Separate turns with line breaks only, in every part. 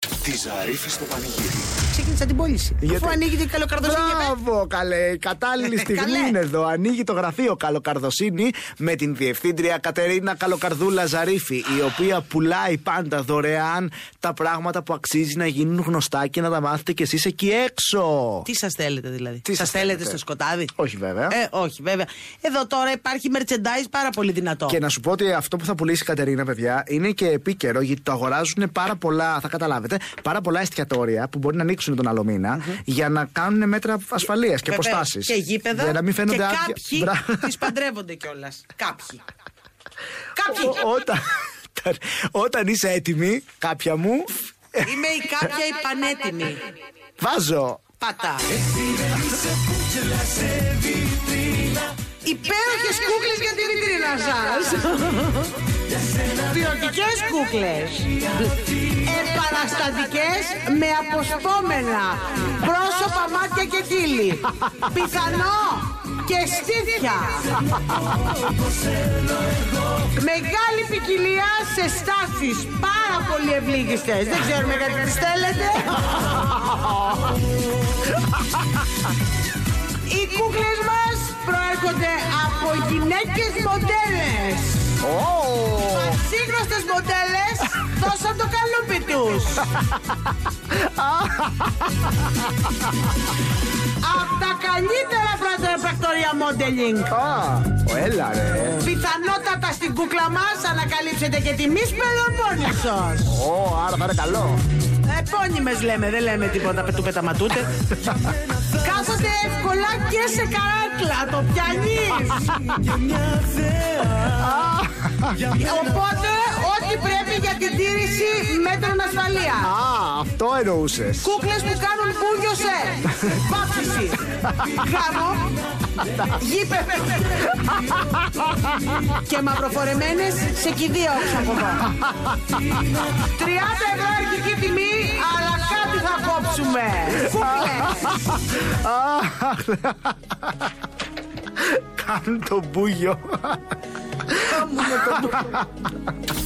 Τη Ζαρίφη στο πανηγύρι.
Ξεκίνησα την πώληση. Αφού ανοίγει την καλοκαρδοσύνη. Ε,
Μπράβο, καλέ. Η κατάλληλη στιγμή
Καλέ.
είναι εδώ. Ανοίγει το γραφείο Καλοκαρδοσύνη με την διευθύντρια Κατερίνα Καλοκαρδούλα Ζαρίφη, η οποία πουλάει πάντα δωρεάν τα πράγματα που αξίζει να γίνουν γνωστά και να τα μάθετε κι εσείς εκεί έξω.
Τι σας θέλετε δηλαδή.
Τι
σας
σας
θέλετε
θέλετε.
στο σκοτάδι.
Όχι, βέβαια.
Ε, όχι, βέβαια. Εδώ τώρα υπάρχει merchandise πάρα πολύ δυνατό.
Και να σου πω ότι αυτό που θα πουλήσει η Κατερίνα, παιδιά, είναι και επίκαιρο γιατί το αγοράζουν πάρα πολλά, θα καταλάβετε, πάρα πολλά εστιατόρια που μπορεί να ανοίξουν τον άλλο μήνα, για να κάνουν μέτρα ασφαλείας και
Βέβαια,
αποστάσεις.
Και γήπεδα.
Για να μην φαίνονται
και
άδεια.
κάποιοι
Μπρα-
τις παντρεύονται κιόλας. Κάποιοι. Κάποιοι.
Ο- όταν, όταν είσαι έτοιμη, κάποια μου,
Είμαι η κάποια η πανέτοιμη.
βάζω.
Πατά. Υπέροχες κούκλες για τη βιτρίνα σας. Ποιοτικές κούκλες. Επαναστατικές με αποσπόμενα. Πρόσωπα, μάτια και κύλι. Πιθανό και στήθια. Μεγάλη ποικιλία σε στάσεις πάρα πολύ ευλίγιστες. Δεν ξέρουμε γιατί τις θέλετε. Οι κούκλες μας προέρχονται από γυναίκες μοντέλες. Σύγχρονες μοντέλες δώσαν το καλούπι τους. από τα καλύτερα φραντοπρακτορία modeling.
Α, ο, έλα ρε.
Πιθανότατα στην κούκλα μας ανακαλύψετε και τη μη σπελομόνησος.
Ω, άρα θα είναι καλό.
Επώνυμες λέμε, δεν λέμε τίποτα του πεταματούτε. Κάθονται εύκολα και σε καράκλα, το πιανείς. Οπότε, ό,τι πρέπει για την τήρηση μέτρων ασφαλείας.
Α, αυτό εννοούσες.
Κούκλες που κάνουν μπούγιο σε βάφτιση, γάμο, γήπεδο και μαυροφορεμένες σε κηδεία όπως από εδώ. 30 ευρώ αρχική τιμή, αλλά κάτι θα κόψουμε. Κούκλες.
Κάνουν το μπούγιο.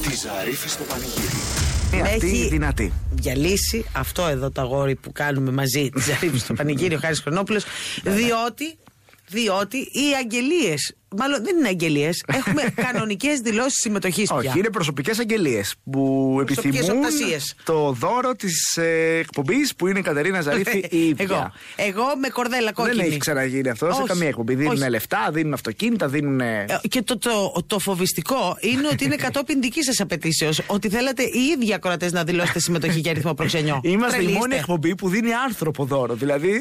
Τη Ζαρίφη στο πανηγύρι.
Ε, Αυτή
Έχει-
η δυνατή.
διαλύσει αυτό εδώ το αγόρι που κάνουμε μαζί τη Ζαρίφη στο πανηγύρι, ο Χάρης Χρονόπουλος, διότι, διότι οι αγγελίες, μάλλον δεν είναι αγγελίες, έχουμε κανονικές δηλώσεις συμμετοχής πια.
Όχι, είναι προσωπικές αγγελίες που
Προσωπικές
επιθυμούν
οπτασίες.
το δώρο της εκπομπής που είναι η Κατερίνα Ζαρίφη η ίδια.
Ε, εγώ, εγώ με κορδέλα κόκκινη.
Ε, Δεν έχει ξαναγίνει αυτό σε
Όχι,
καμία εκπομπή. Δίνουν
όχι.
λεφτά, δίνουν αυτοκίνητα, δίνουν.
Ε, Και το, το, το φοβιστικό είναι ότι είναι κατόπιν δικής σας απαιτήσεως. Ότι θέλατε οι ίδιοι ακροατές να δηλώσετε συμμετοχή για αριθμό προξενιό.
Είμαστε η
Τρελή
μόνη
είστε.
εκπομπή που δίνει άνθρωπο δώρο. Δηλαδή.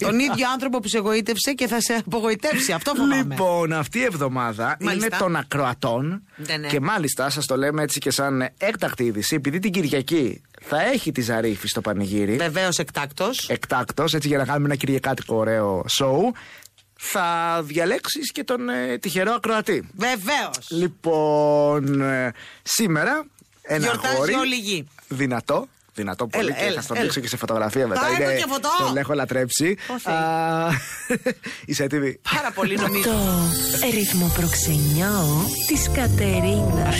Τον ίδιο άνθρωπο που σε εγωίτευσε και θα σε απογοητεύσει. Αυτό φοβάμαι.
Λοιπόν, αυτή η εβδομάδα
Μάλιστα.
είναι των ακροατών.
Ναι, ναι.
Και μάλιστα, σας το λέμε έτσι και σαν έκτακτη είδηση, επειδή την Κυριακή θα έχει τη Ζαρίφη στο πανηγύρι.
Βεβαίως εκτάκτος.
Ε. εκτάκτος, έτσι για να κάνουμε ένα κυριακάτικο ωραίο σοου, θα διαλέξεις και τον ε, τυχερό ακροατή.
Βεβαίως.
Λοιπόν, ε, σήμερα ένα
Γιορτάζει
αγόρι
όλη η γη.
δυνατό. Δυνατό πολύ
Έλα,
και
έλα,
θα στον
έλα.
δείξω και σε φωτογραφία μετά.
έχω και φωτό.
Τον έχω λατρέψει.
Ω, Θεέ.
Α, Είσαι έτοιμη.
Πάρα πολύ νομίζω.
Το ρυθμό προξενιό της Κατερίνας.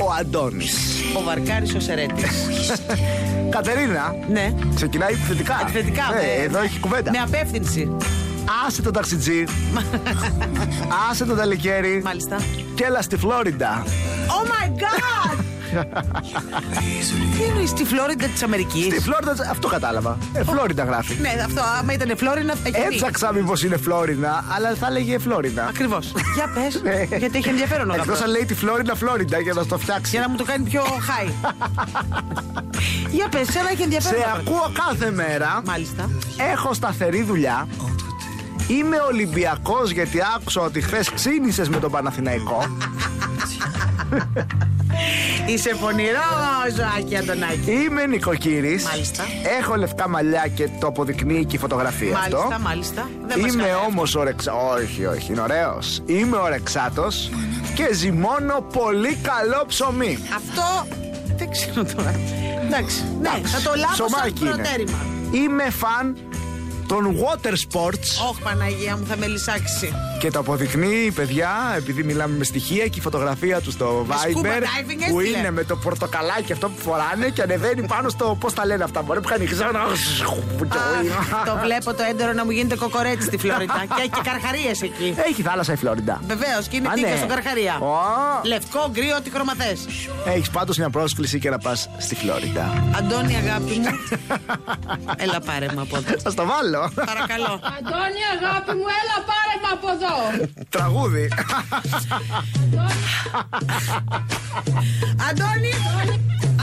Ο Αντώνης.
Ο Βαρκάρης ο Σερέτη.
Κατερίνα,
ναι.
ξεκινάει θετικά.
Εκθετικά.
Ε, εδώ έχει κουβέντα.
Με απεύθυνση.
Άσε τον ταξιτζή. Άσε τον ταλικέρι.
Μάλιστα.
Και έλα στη Φλόριντα.
Oh my god! Τι εννοείς στη Φλόριντα της Αμερικής.
Στη Φλόριντα, αυτό κατάλαβα. Ε, Φλόριντα γράφει.
Ναι, αυτό άμα ήταν Φλόρινα ε, θα είχε. πει.
Έψαξα μήπως είναι Φλόρινα, αλλά θα λέγε Φλόρινα.
Ακριβώς. Για
Ναι.
πε. γιατί έχει ενδιαφέρον ο
Εκτό
γαμπρός.
αν λέει τη Φλόρινα, Φλόρινα για να στο φτιάξει.
Για να μου το κάνει πιο high. Για πες, σένα έχει ενδιαφέρον.
Σε
ο γαμπρός.
ακούω κάθε μέρα.
Μάλιστα.
Έχω σταθερή δουλειά. Είμαι Ολυμπιακός γιατί άκουσα ότι χθες ξύνησες με τον Παναθηναϊκό.
Είσαι πονηρός, Ζωάκη Αντωνάκη.
Είμαι νοικοκύρης.
Μάλιστα.
Έχω λευκά μαλλιά και το αποδεικνύει και η φωτογραφία
Μάλιστα,
αυτό.
μάλιστα. Δεν μας
Είμαι
κάνει.
όμω ορεξά. Όχι, όχι, είναι ωραίος. Είμαι ορεξάτος και ζυμώνω πολύ καλό ψωμί.
Αυτό δεν ξέρω τώρα. Εντάξει, ναι, θα το λάβω σαν
Ψωμάκι είναι.
προτέρημα.
Είμαι φαν των water sports.
Όχι, Παναγία μου, θα με λυσάξεις.
Και το αποδεικνύει, παιδιά, επειδή μιλάμε με στοιχεία και η φωτογραφία τους στο
scuba
Viber.
diving
Που
έστειλε.
είναι με το πορτοκαλάκι αυτό που φοράνε και ανεβαίνει πάνω στο. Πώς τα λένε αυτά, Μπορεί που κάνει ξένα.
Αχ, το βλέπω το έντερο να μου γίνεται κοκορέτσι στη Φλόριτα. και έχει και καρχαρίες εκεί.
Έχει θάλασσα η Φλόριντα.
Βεβαίως και είναι
Α,
τίκια
ναι.
στον Καρχαρία.
Ω.
Λευκό, γκρίο, ό,τι χρώμα θε.
Έχεις πάντως μια πρόσκληση και να πας στη Φλόριντα.
Αντώνη, αγάπη μου. Έλα πάρε με από εδώ.
Θα στο βάλω.
Παρακαλώ.
Αντώνη, αγάπη μου, έλα πάρε με από εδώ.
Τραγούδι.
Αντώνη,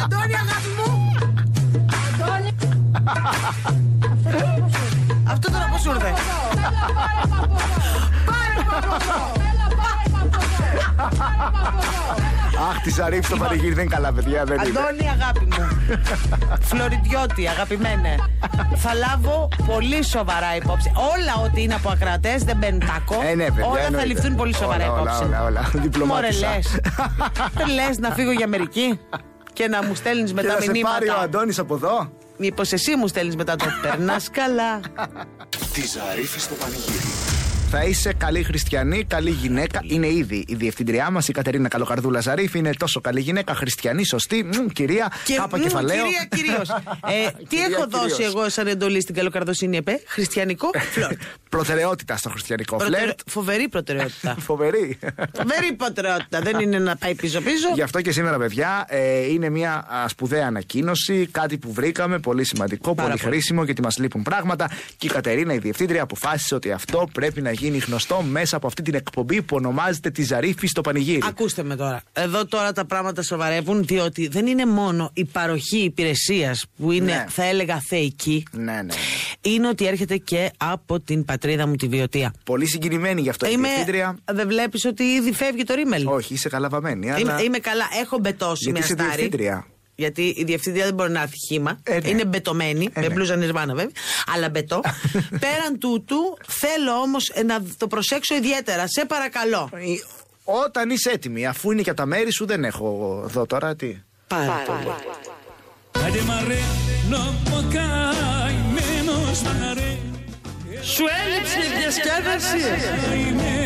Αντώνη, αγάπη μου.
Αντώνη,
Αυτό τώρα πώ σου ήρθε.
έλα πάρε με
Πάρε με από
από εδώ.
εδώ.
Έλα πάρε με από εδώ. Πάρε με από εδώ.
Αχ, τη Ζαρίφη το πανηγύρι δεν είναι καλά, παιδιά. Δεν είναι.
Αντώνη, αγάπη μου. Φλωριδιώτη, αγαπημένε. Θα λάβω πολύ σοβαρά υπόψη. Όλα ό,τι είναι από ακρατέ δεν μπαίνουν τάκο.
Ε, ναι, παιδιά,
όλα θα
εννοείται.
ληφθούν πολύ σοβαρά
Όλα, όλα,
υπόψη.
όλα, όλα. Διπλωμάτισα.
λες. να φύγω για Αμερική και να μου στέλνεις
Και να
μετά
σε πάρει ο
μηνύματα.
Αντώνης από εδώ.
Μήπως εσύ μου στέλνεις μετά το περνάς καλά.
Τη Ζαρίφη στο πανηγύρι.
Θα είσαι καλή χριστιανή, καλή γυναίκα. Είναι ήδη η διευθυντριά μας, η Κατερίνα Καλοκαρδούλα Ζαρίφ. Είναι τόσο καλή γυναίκα, χριστιανή, σωστή. Μμμ, κυρία, κάπα
μμ,
κεφαλαίο.
Κυρία κυρίως. Ε, τι
Κυρία,
έχω δώσει
κυρίως.
εγώ σαν εντολή στην καλοκαρδοσύνη ΕΠΕ, χριστιανικό φλερτ.
Προτεραιότητα στο χριστιανικό
Προτεραι-
φλερτ.
Φοβερή προτεραιότητα.
Φοβερή.
Φοβερή προτεραιότητα. Δεν είναι να πάει πίσω-πίσω.
Γι' αυτό και σήμερα, παιδιά, ε, είναι μια α, σπουδαία ανακοίνωση. Κάτι που βρήκαμε, πολύ σημαντικό,
Πάρα
πολύ
πολύ.
χρήσιμο, γιατί μας λείπουν πράγματα. Και η Κατερίνα, η διευθύντρια, αποφάσισε ότι αυτό πρέπει να γίνει γνωστό μέσα από αυτή την εκπομπή που ονομάζεται Τη Ζαρίφη στο Πανηγύρι.
Ακούστε με τώρα. Εδώ τώρα τα πράγματα σοβαρεύουν, διότι δεν είναι μόνο η παροχή υπηρεσίας που είναι,
Ναι.
θα έλεγα, θεϊκή.
Ναι, ναι, ναι.
Είναι ότι έρχεται και από την πατρίδα μου τη βιωτεία.
Πολύ συγκινημένη γι' αυτό η διευθύντρια.
Δεν βλέπεις ότι ήδη φεύγει το ρίμελ.
Όχι, είσαι καλά βαμμένη.
Είμαι,
αλλά...
είμαι καλά, έχω μπετώσει
ναι. Γιατί είσαι
μια στάρι.
διευθύντρια.
Γιατί η διευθύντρια δεν μπορεί να έρθει χήμα.
Ε, ναι.
Είναι μπετωμένη.
Ε,
με
ναι.
μπλούζα νιρβάνα βέβαια. Αλλά μπετώ. Πέραν τούτου, θέλω όμως να το προσέξω ιδιαίτερα. Σε παρακαλώ.
Ε, Όταν είσαι έτοιμη, αφού είναι και από τα μέρη σου, δεν έχω εδώ τώρα τι.
Πάρα πολύ.
Άντε μ' αρένω καημένος μ'
Σου έλειψε η διασκέδαση.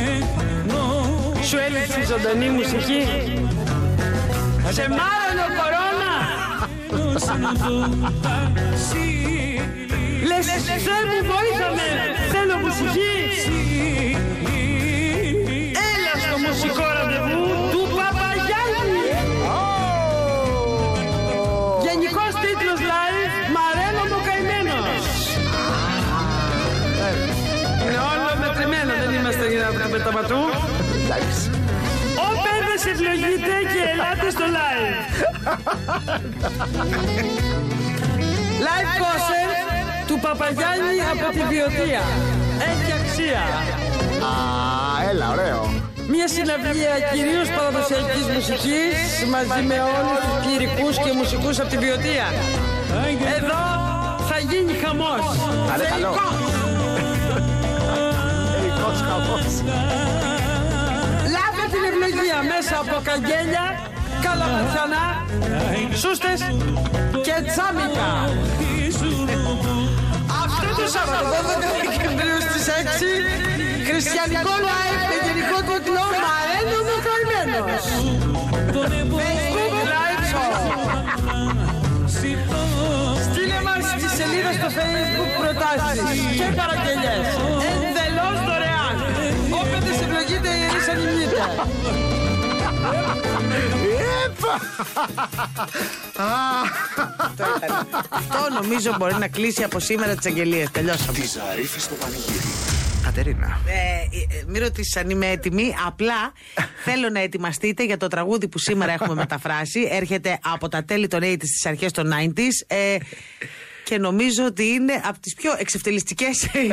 αρένω
Σου έλειψε η ζωντανή μουσική. Σε μάρανε ο κορώνας.
σαν το βασίλειο
Λες, Θεέ μου βοήθαμε. Θέλω μουσική. Έλα στο μουσικό ραντεβού του Παπαγιάννη. Γενικός τίτλος live Μαρένο μου καημένος. Είναι όλο μετρημένο, δεν είμαστε για να με τα πατού. Όπερ δεν σε ευλογείτε και ελάτε στο live. Live concert του Παπαγιάννη από τη Βιωτία. Έχει αξία.
Α, έλα, ωραίο.
Μια συναυλία κυρίως παραδοσιακής μουσικής μαζί με όλους τους κληρικούς και μουσικούς από την ποιοτεία. Εδώ θα γίνει χαμός.
Θα είναι καλό.
Θεϊκός.
Θεϊκός χαμός.
Λάβε την ευλογία μέσα από καγγέλια, καλαματιανά, σούστες και τσάμικα. Αυτό το Σάββατο 12 Δεκεμβρίου στις 6 Χριστιανικό live με γενικό τίτλο Μαρένο μου καημένος. Facebook live show. Στείλε μας στη σελίδα στο facebook προτάσεις και παραγγελιές. Εντελώς δωρεάν. Όποτε σε ευλογείτε η Ελίσσα νυμνείται.
Επα!
Αυτό νομίζω μπορεί να κλείσει από σήμερα τις αγγελίες. Τελειώσαμε.
Τη Ζαρίφη στο πανηγύρι.
Κατερίνα.
Ε, ε, ε, μην ρωτήσεις αν είμαι έτοιμη. Απλά θέλω να ετοιμαστείτε για το τραγούδι που σήμερα έχουμε μεταφράσει. Έρχεται από τα τέλη των 80s στις αρχές των 90s. Ε, και νομίζω ότι είναι από τις πιο εξευτελιστικές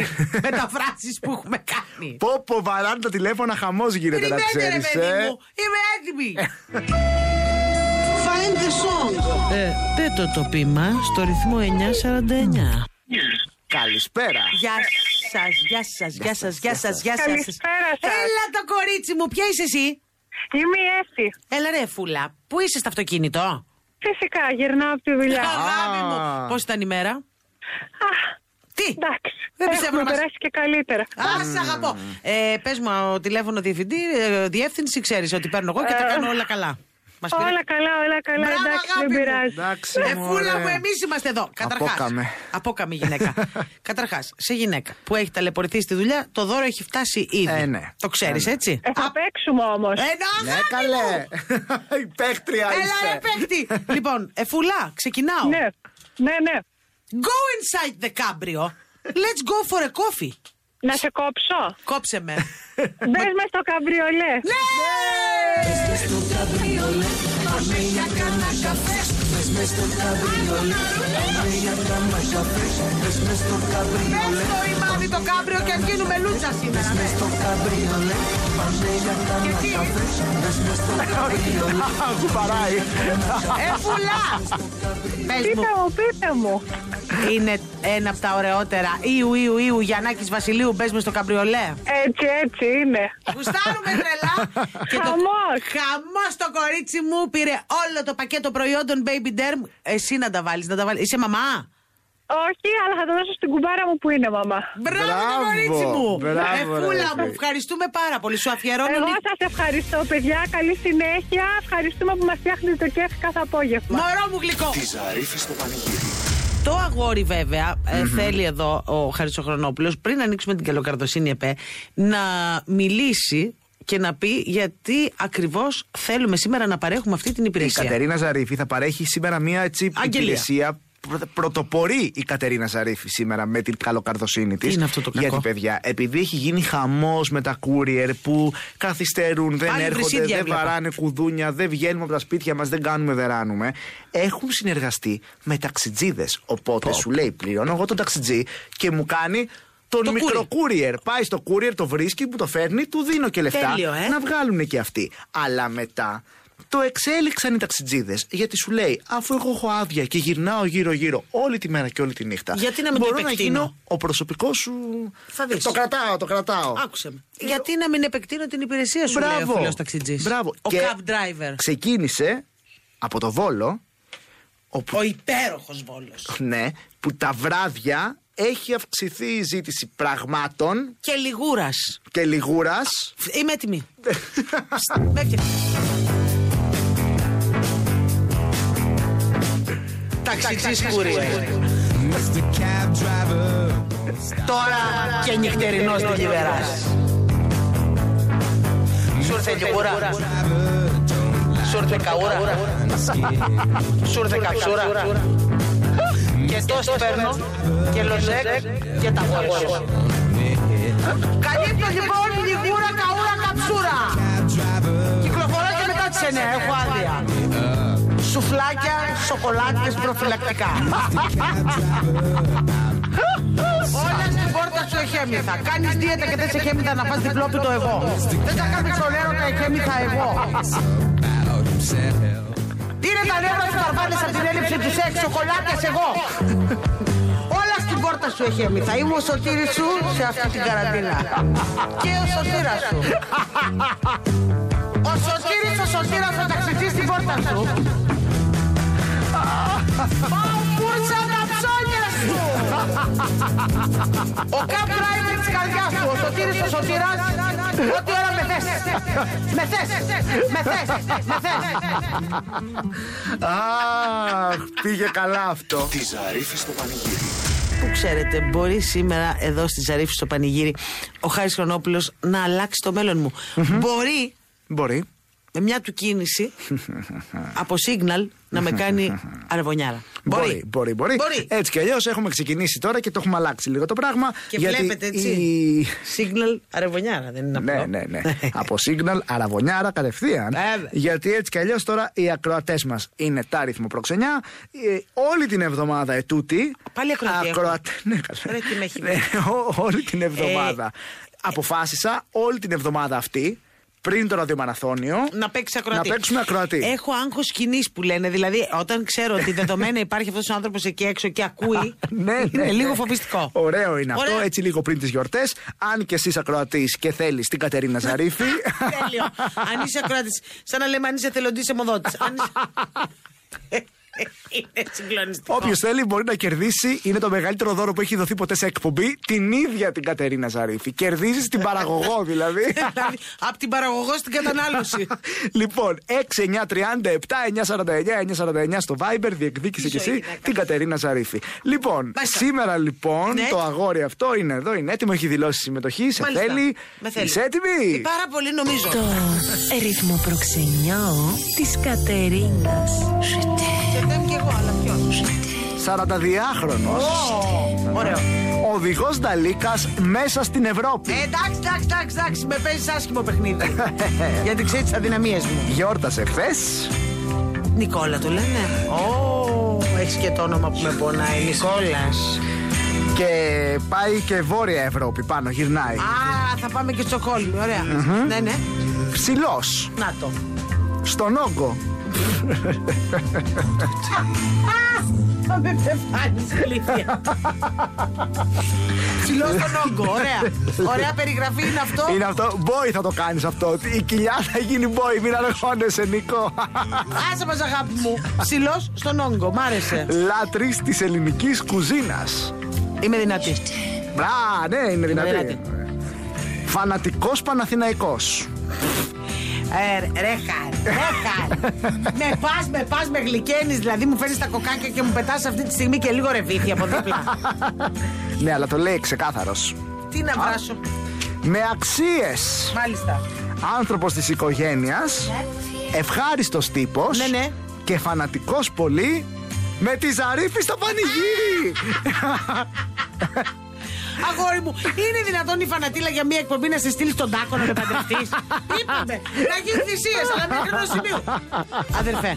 μεταφράσεις που έχουμε κάνει.
Πω πω βαράνε τα τηλέφωνα, χαμός γίνεται να
Περιμένετε, ρε
ξέρεις,
παιδί
ε.
μου, είμαι έτοιμη. Find the song. Ε, πέτω το πείμα στο ρυθμό 949.
Καλησπέρα.
Γεια σας, γεια σας, γεια σας, γεια σας, γεια σας.
Καλησπέρα σας.
Έλα το κορίτσι μου, ποια είσαι εσύ.
Είμαι η Εύη.
Έλα ρε φούλα, πού είσαι στο αυτοκίνητο.
Φυσικά, γυρνάω από τη δουλειά.
Αγάπη μου, πώς ήταν η μέρα.
Αχ,
Τι!
Εντάξει.
Δεν πιστεύω
Έχουμε
να μας-
περάσει και καλύτερα.
Α, σ' αγαπώ. Ε, Πες μου, τηλέφωνο διευθυντή, ε, διεύθυνση, ξέρεις ότι παίρνω εγώ και τα
Ε.
κάνω όλα καλά. Μας πειρά-
Όλα καλά, όλα καλά.
Μπράβο,
Εντάξει,
αγάπη
δεν
μου.
πειράζει.
Εντάξει,
Ε, φούλα
μωρέ.
μου, εμείς είμαστε εδώ. Καταρχάς,
Απόκαμε.
Απόκαμη γυναίκα. Καταρχάς, σε γυναίκα που έχει ταλαιπωρηθεί στη δουλειά, το δώρο έχει φτάσει ήδη.
Ε, ναι.
Το ξέρεις, έτσι.
Ε, θα παίξουμε όμως.
Ενώ,
Ναι, καλέ. Η παίχτρια
Έλα ρε
Ναι, είσαι.
παίχτη! λοιπόν, ε, φουλά, ξεκινάω.
Ναι, ναι, ναι.
Go inside the cabrio. Let's go for a coffee.
Να σε κόψω.
Κόψε με. Ε.
Μπες μες στο καμπριολέ.
Πες το ρημάδι το κάμπριο και γίνουμε λούτσα σήμερα. ναι. Και τι,
Κουπαράει.
ε, φουλά! Πες μου,
Πείτε μου, πείτε μου.
είναι ένα από τα ωραιότερα. Ιου, Ιου, Ιου, Γιαννάκης Βασιλείου, μπες μες στο καμπριολέ.
Έτσι, έτσι είναι.
Γουστάρουμε τρελά. Και το-
Χαμός.
Χαμός το κορίτσι μου πήρε όλο το πακέτο προϊόντων Baby Derm. Εσύ να τα βάλεις, να τα βάλεις. Είσαι μαμά.
Όχι, αλλά θα το δώσω στην κουμπάρα μου που είναι μαμά.
Μπράβο, το
Μπράβο.
κορίτσι μου.
Μπράβο,
ε, φούλα
ρε,
μου,
φίλε.
ευχαριστούμε πάρα πολύ. Σου αφιερώνω.
Εγώ
νύχτα.
σας ευχαριστώ, παιδιά. Καλή συνέχεια. Ευχαριστούμε που μας φτιάχνετε το κέφι κάθε απόγευμα.
Μωρό μου γλυκό.
Τη Ζαρίφη στο πανηγύρι.
Το αγόρι βέβαια ε, θέλει εδώ ο Χαρισοχρονόπουλος πριν ανοίξουμε την καλοκαρδοσύνη ΕΠΕ να μιλήσει και να πει γιατί ακριβώς θέλουμε σήμερα να παρέχουμε αυτή την
Η
υπηρεσία.
Κατερίνα Ζαρίφη θα παρέχει σήμερα μία έτσι
Αγγελία.
υπηρεσία. Πρω- Πρωτοπορεί η Κατερίνα Ζαρίφη σήμερα με την καλοκαρδοσύνη της.
Τι είναι αυτό το κακό?
Γιατί, παιδιά, επειδή έχει γίνει χαμός με τα courier που καθυστερούν, δεν
Πάλι
έρχονται,
βρυσίδια
δεν
έβλεπα.
βαράνε κουδούνια, δεν βγαίνουμε από τα σπίτια μας, δεν κάνουμε, δεν ράνουμε. Έχουν συνεργαστεί με ταξιτζίδες. Οπότε σου λέει: Πληρώνω εγώ τον ταξιτζή και μου κάνει τον
Το
μικρό courier. Πάει στο courier, το βρίσκει, που το φέρνει, του δίνω και λεφτά.
Τέλειο, ε.
Να βγάλουν και αυτοί. Αλλά μετά το εξέλιξαν οι ταξιτζίδες. Γιατί σου λέει, αφού εγώ έχω άδεια και γυρνάω γύρω-γύρω όλη τη μέρα και όλη τη νύχτα.
Γιατί να μην το
μπορώ να
επεκτείνω?
γίνω ο προσωπικός σου.
Θα δεις.
Το κρατάω, το κρατάω.
Άκουσε με. Γιατί να μην επεκτείνω την υπηρεσία σου, λέει ο φίλος ταξιτζής.
Μπράβο.
Ο
Και
cab driver.
Ξεκίνησε από το Βόλο. Όπου,
Ο υπέροχος Βόλος.
ναι, που τα βράδια έχει αυξηθεί η ζήτηση πραγμάτων
Και λιγούρας.
και λιγούρας.
Είμαι έτοιμη. Στ, με έφτιαξες. Ταξιτζής courier. Τώρα και νυχτερινός τη Λιβερά. Σου ήρθε λιγούρα. Σου ήρθε καούρα. Σου ήρθε καψούρα. Και τόσο παίρνω και λοζέκ και τα γόρια σου. Καλύπτω λοιπόν λιγούρα, καούρα, καψούρα. Κυκλοφορώ και μετά τις 9, έχω άδεια. Σουφλάκια, σοκολάτες, προφυλακτικά. Όλα στην πόρτα σου εχέμηθα. Κάνεις δίαιτα και δεν σε εχέμηθα να φας διπλό το εγώ. Δεν θα κάνεις τον έρωτα εχέμηθα εγώ. Τι είναι τα νεύρα σου καρβάλες από την έλλειψη του σεξ, σοκολάτες εγώ. Όλα στην πόρτα σου εχέμηθα. Είμαι ο σωτήρης σου σε αυτή την καραντίνα. Και ο σωτήρας σου. Ο σωτήρης, ο σωτήρας, ο ταξιτής στην πόρτα σου. Πάω φούρσα τα ψώνια σου. Ο Καμπ Driver της καρδιάς του, ο Σωτήρης ο Σωτήρας, ό,τι ώρα με θες. Με θες, με θες, με θες.
Αχ, πήγε καλά αυτό.
Τη Ζαρίφη στο πανηγύρι.
Που ξέρετε, μπορεί σήμερα εδώ στη Ζαρίφη στο Πανηγύρι ο Χάρης Χρονόπουλος να αλλάξει το μέλλον μου. Μπορεί
Μπορεί.
με μια του κίνηση από signal να με κάνει αρεβωνιάρα.
Μπορεί, μπορεί, μπορεί. Ε, Έτσι κι αλλιώς έχουμε ξεκινήσει τώρα και το έχουμε αλλάξει λίγο το πράγμα.
Και
γιατί
βλέπετε έτσι.
η-
Signal αρεβωνιάρα, δεν είναι
Ναι,
απλό.
ναι, ναι. Από Signal, αραβωνιάρα κατευθείαν.
Ε, Βέβαια.
γιατί έτσι κι αλλιώς τώρα οι ακροατές μας είναι τα αριθμό προξενιά. Ε, όλη την εβδομάδα ετούτη.
Πάλι ακροατή έχω.
ακροατέ- Ναι, καλά.
Ρε, τι με έχει Ε,
Ναι, ό- όλη την εβδομάδα. Αποφάσισα όλη την εβδομάδα αυτή, πριν το ραδιομαραθώνιο,
Να παίξει ακροατή.
Να παίξουμε ακροατή.
Έχω άγχος κοινή που λένε. Δηλαδή, όταν ξέρω ότι δεδομένα υπάρχει αυτός ο άνθρωπος εκεί έξω και ακούει.
ναι, ναι,
είναι
ναι.
λίγο φοβιστικό.
Ωραίο είναι
Ωραίο.
αυτό, έτσι λίγο πριν τις γιορτές. Αν και εσύ ακροατής και θέλεις την Κατερίνα Ζαρίφη.
Τέλειο. αν είσαι ακροατής. Σαν να λέμε αν είσαι θελοντής αιμοδότης. Αν είσαι... Είναι συγκλονιστικό.
Όποιος θέλει μπορεί να κερδίσει. Είναι το μεγαλύτερο δώρο που έχει δοθεί ποτέ σε εκπομπή. Την ίδια την Κατερίνα Ζαρίφη. Κερδίζεις την παραγωγό δηλαδή.
Από την παραγωγό στην κατανάλωση.
λοιπόν, 6-9-37-949-949 στο Viber, διεκδίκησε
Τι
και
ζωή
εσύ
να κάνεις.
την Κατερίνα Ζαρίφη. Λοιπόν,
Μάλιστα.
σήμερα λοιπόν
Ναι.
το αγόρι αυτό είναι εδώ, είναι έτοιμο, έχει δηλώσει συμμετοχή. Σε
Μάλιστα.
θέλει.
Με θέλει.
Είσαι
Ε,
έτοιμη.
Πάρα πολύ νομίζω.
Το ρυθμό προξενιάω της Κατερίνας.
42χρονο.
Ωραίο.
Οδηγός Νταλίκας μέσα στην Ευρώπη.
Ε, εντάξει, εντάξει, εντάξει, εντάξει, με παίζεις άσχημο παιχνίδι. Γιατί ξέρεις τις αδυναμίες μου.
Γιόρτασε χθες.
Νικόλα του λένε. Ω, έχεις και το όνομα που με πονάει. Νικόλας.
Και πάει και βόρεια Ευρώπη πάνω, γυρνάει.
Α, θα πάμε και στο κόλλημα. Ωραία. Ναι, ναι.
Ψηλός.
Να το.
Στον όγκο.
Θα με πεθάνεις, αλήθεια. Ψηλό στον όγκο, ωραία. Ωραία περιγραφή είναι αυτό.
Είναι αυτό. Μπόι θα το κάνεις αυτό. Η κοιλιά θα γίνει μπόι. Μην αγχώνεσαι, Νικό.
Άσε μας αγάπη μου. Ψηλός στον όγκο, μ' άρεσε.
Λάτρης της ελληνικής κουζίνας.
Είμαι δυνατή.
Μπρά, ναι, είναι δυνατή.
δυνατή.
Φανατικός Παναθηναϊκός.
Ε, ρε- ρε χάρη, ρε χάρη. με πας, με πας, με γλυκαίνεις, δηλαδή μου φέρνεις τα κοκάκια και μου πετάς αυτή τη στιγμή και λίγο ρεβίθι από δίπλα.
Ναι, αλλά το λέει ξεκάθαρος.
Τι να βράσω,
Με αξίες.
μάλιστα.
Άνθρωπος της οικογένειας. Ευχάριστος τύπος.
Ναι, ναι.
Και φανατικός πολύ. Με τη Ζαρίφη στο πανηγύρι!
Αγόρι μου, είναι δυνατόν η φανατήλα για μια εκπομπή να σε στείλει στον τάκο να με παντρευτείς. Είπαμε, να γίνεις θυσίες, αλλά μέχρι ενός σημείου. Αδερφέ.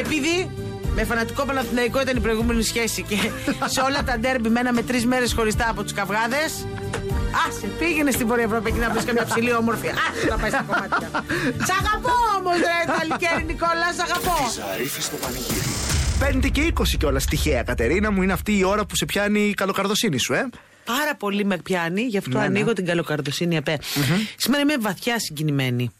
Επειδή με φανατικό Παναθηναϊκό ήταν η προηγούμενη σχέση και σε όλα τα ντέρμπι μέναμε τρεις μέρες χωριστά από τους καυγάδες. Άσε, πήγαινε στην Βόρεια Ευρώπη εκεί να βρεις καμιά ψηλή όμορφη. Άσε να πάει στα κομμάτια. Σ' αγαπώ όμως, ρε Ιταλικέρη Νικόλα, σ' αγαπώ.
Ζαρίφη στο πανηγύρι.
5 και 20 κιόλας τυχαία, Κατερίνα μου. Είναι αυτή η ώρα που σε πιάνει η καλοκαρδοσύνη σου, ε.
Πάρα πολύ με πιάνει, γι'
Ναι,
αυτό ανοίγω την καλοκαρδοσύνη απέ. Σήμερα είμαι βαθιά συγκινημένη.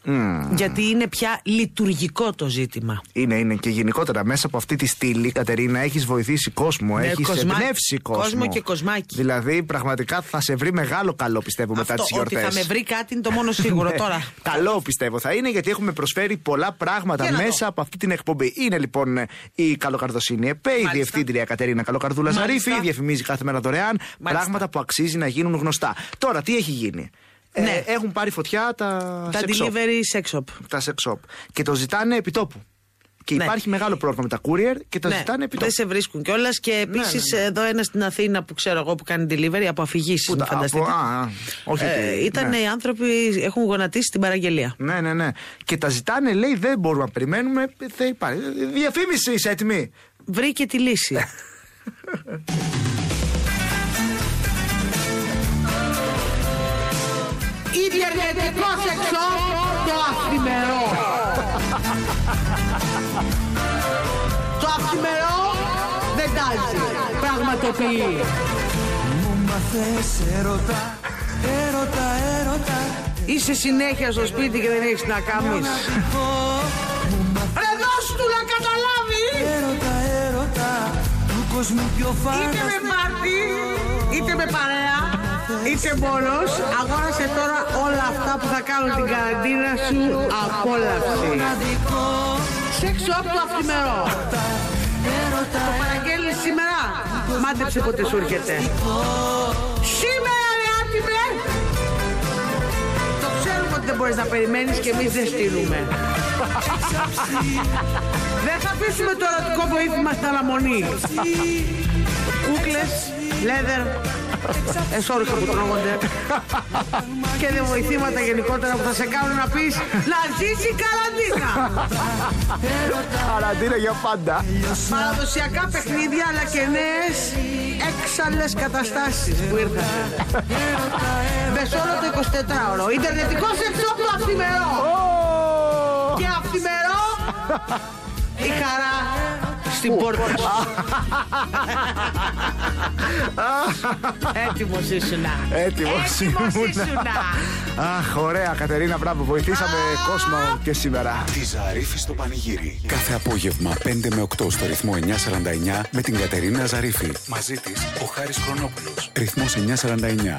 Γιατί είναι πια λειτουργικό το ζήτημα.
Είναι, είναι. Και γενικότερα μέσα από αυτή τη στήλη, Κατερίνα, έχεις βοηθήσει κόσμο.
Ναι,
έχεις
κοσμά-
εμπνεύσει κόσμο.
κόσμο και κοσμάκι.
Δηλαδή, πραγματικά θα σε βρει μεγάλο καλό, πιστεύω, μετά Ναι.
αυτό,
τις
ότι
γιορτές.
θα με βρει κάτι είναι το μόνο σίγουρο τώρα.
Καλό πιστεύω θα είναι γιατί έχουμε προσφέρει πολλά πράγματα
Για να δω.
μέσα από αυτή την εκπομπή. Είναι λοιπόν ε, η Καλοκαρδοσύνη ΕΠΕ, η
Μάλιστα.
διευθύντρια Κατερίνα Καλοκαρδούλα
Μάλιστα.
Ζαρίφη, διαφημίζει κάθε μέρα δωρεάν πράγματα που αξίζει να γίνουν γνωστά. Τώρα, τι έχει γίνει. Ε,
Ναι.
έχουν πάρει φωτιά τα,
Τα
sex shop.
delivery sex shop.
τα sex shop. Και το ζητάνε επιτόπου. Και
Ναι.
υπάρχει μεγάλο πρόβλημα με τα courier και το ζητάνε Ναι,
δεν
επιτόπου.
σε βρίσκουν κιόλας. Και επίση εδώ ένας στην Αθήνα που ξέρω εγώ που κάνει delivery από αφηγήσεις.
Πού τα-
φανταστείτε. Ε,
από- α, α, όχι ότι-
ήταν
ναι.
οι άνθρωποι έχουν γονατίσει την παραγγελία.
Ναι, ναι, ναι. Και τα ζητάνε, λέει, δεν μπορούμε να περιμένουμε. Θα υπάρχει. Διαφήμιση είσαι έτοιμη.
Βρήκε τη λύση.
Ιδιαιρετικό σεξό το αφημερό. το αφημερό δεν τάζει. Πραγματοποιεί.
Είσαι συνέχεια στο σπίτι και δεν έχεις να κάνει.
Ρε δώσ' του να καταλάβει.
Είτε με πάρτι, είτε με παρέα, είτε μόνος Αγόρασε τώρα όλα αυτά που θα κάνουν την καραντίνα σου απόλαυση.
Σεξ shop το αφημερό.
Το παραγγέλνεις σήμερα. Μάντεψε πότε σου έρχεται.
Σήμερα ρε άτιμε.
Το ξέρουμε ότι δεν μπορείς να περιμένεις και εμείς δεν στείλουμε. δεν θα αφήσουμε το ερωτικό βοήθημα στην αναμονή. Κούκλες, λέδερ, εσόριχα που τρώγονται και δε βοηθήματα γενικότερα που θα σε κάνουν να πεις να ζήσει η καραντίνα.
Καραντίνα για πάντα.
Παραδοσιακά παιχνίδια αλλά και νέες έξαλλες καταστάσεις που ήρθαν. Μεσόρο το 24ωρο. Ιντερνετικό σεξ shop το αυθημερό. Και αυθημερό η χαρά στην πόρτα σου. Έτοιμος ήσουνα.
Έτοιμος
Έτοιμος
ήμουνα.
ήσουνα.
Αχ, ωραία, Κατερίνα, μπράβο. Βοηθήσαμε κόσμο και σήμερα.
Τη Ζαρίφη στο πανηγύρι. Κάθε απόγευμα 5 με 8 στο ρυθμό 949 με την Κατερίνα Ζαρίφη. Μαζί της ο Χάρης Χρονόπουλος. Ρυθμός 949.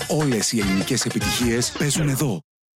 Όλες οι ελληνικές επιτυχίες παίζουν εδώ.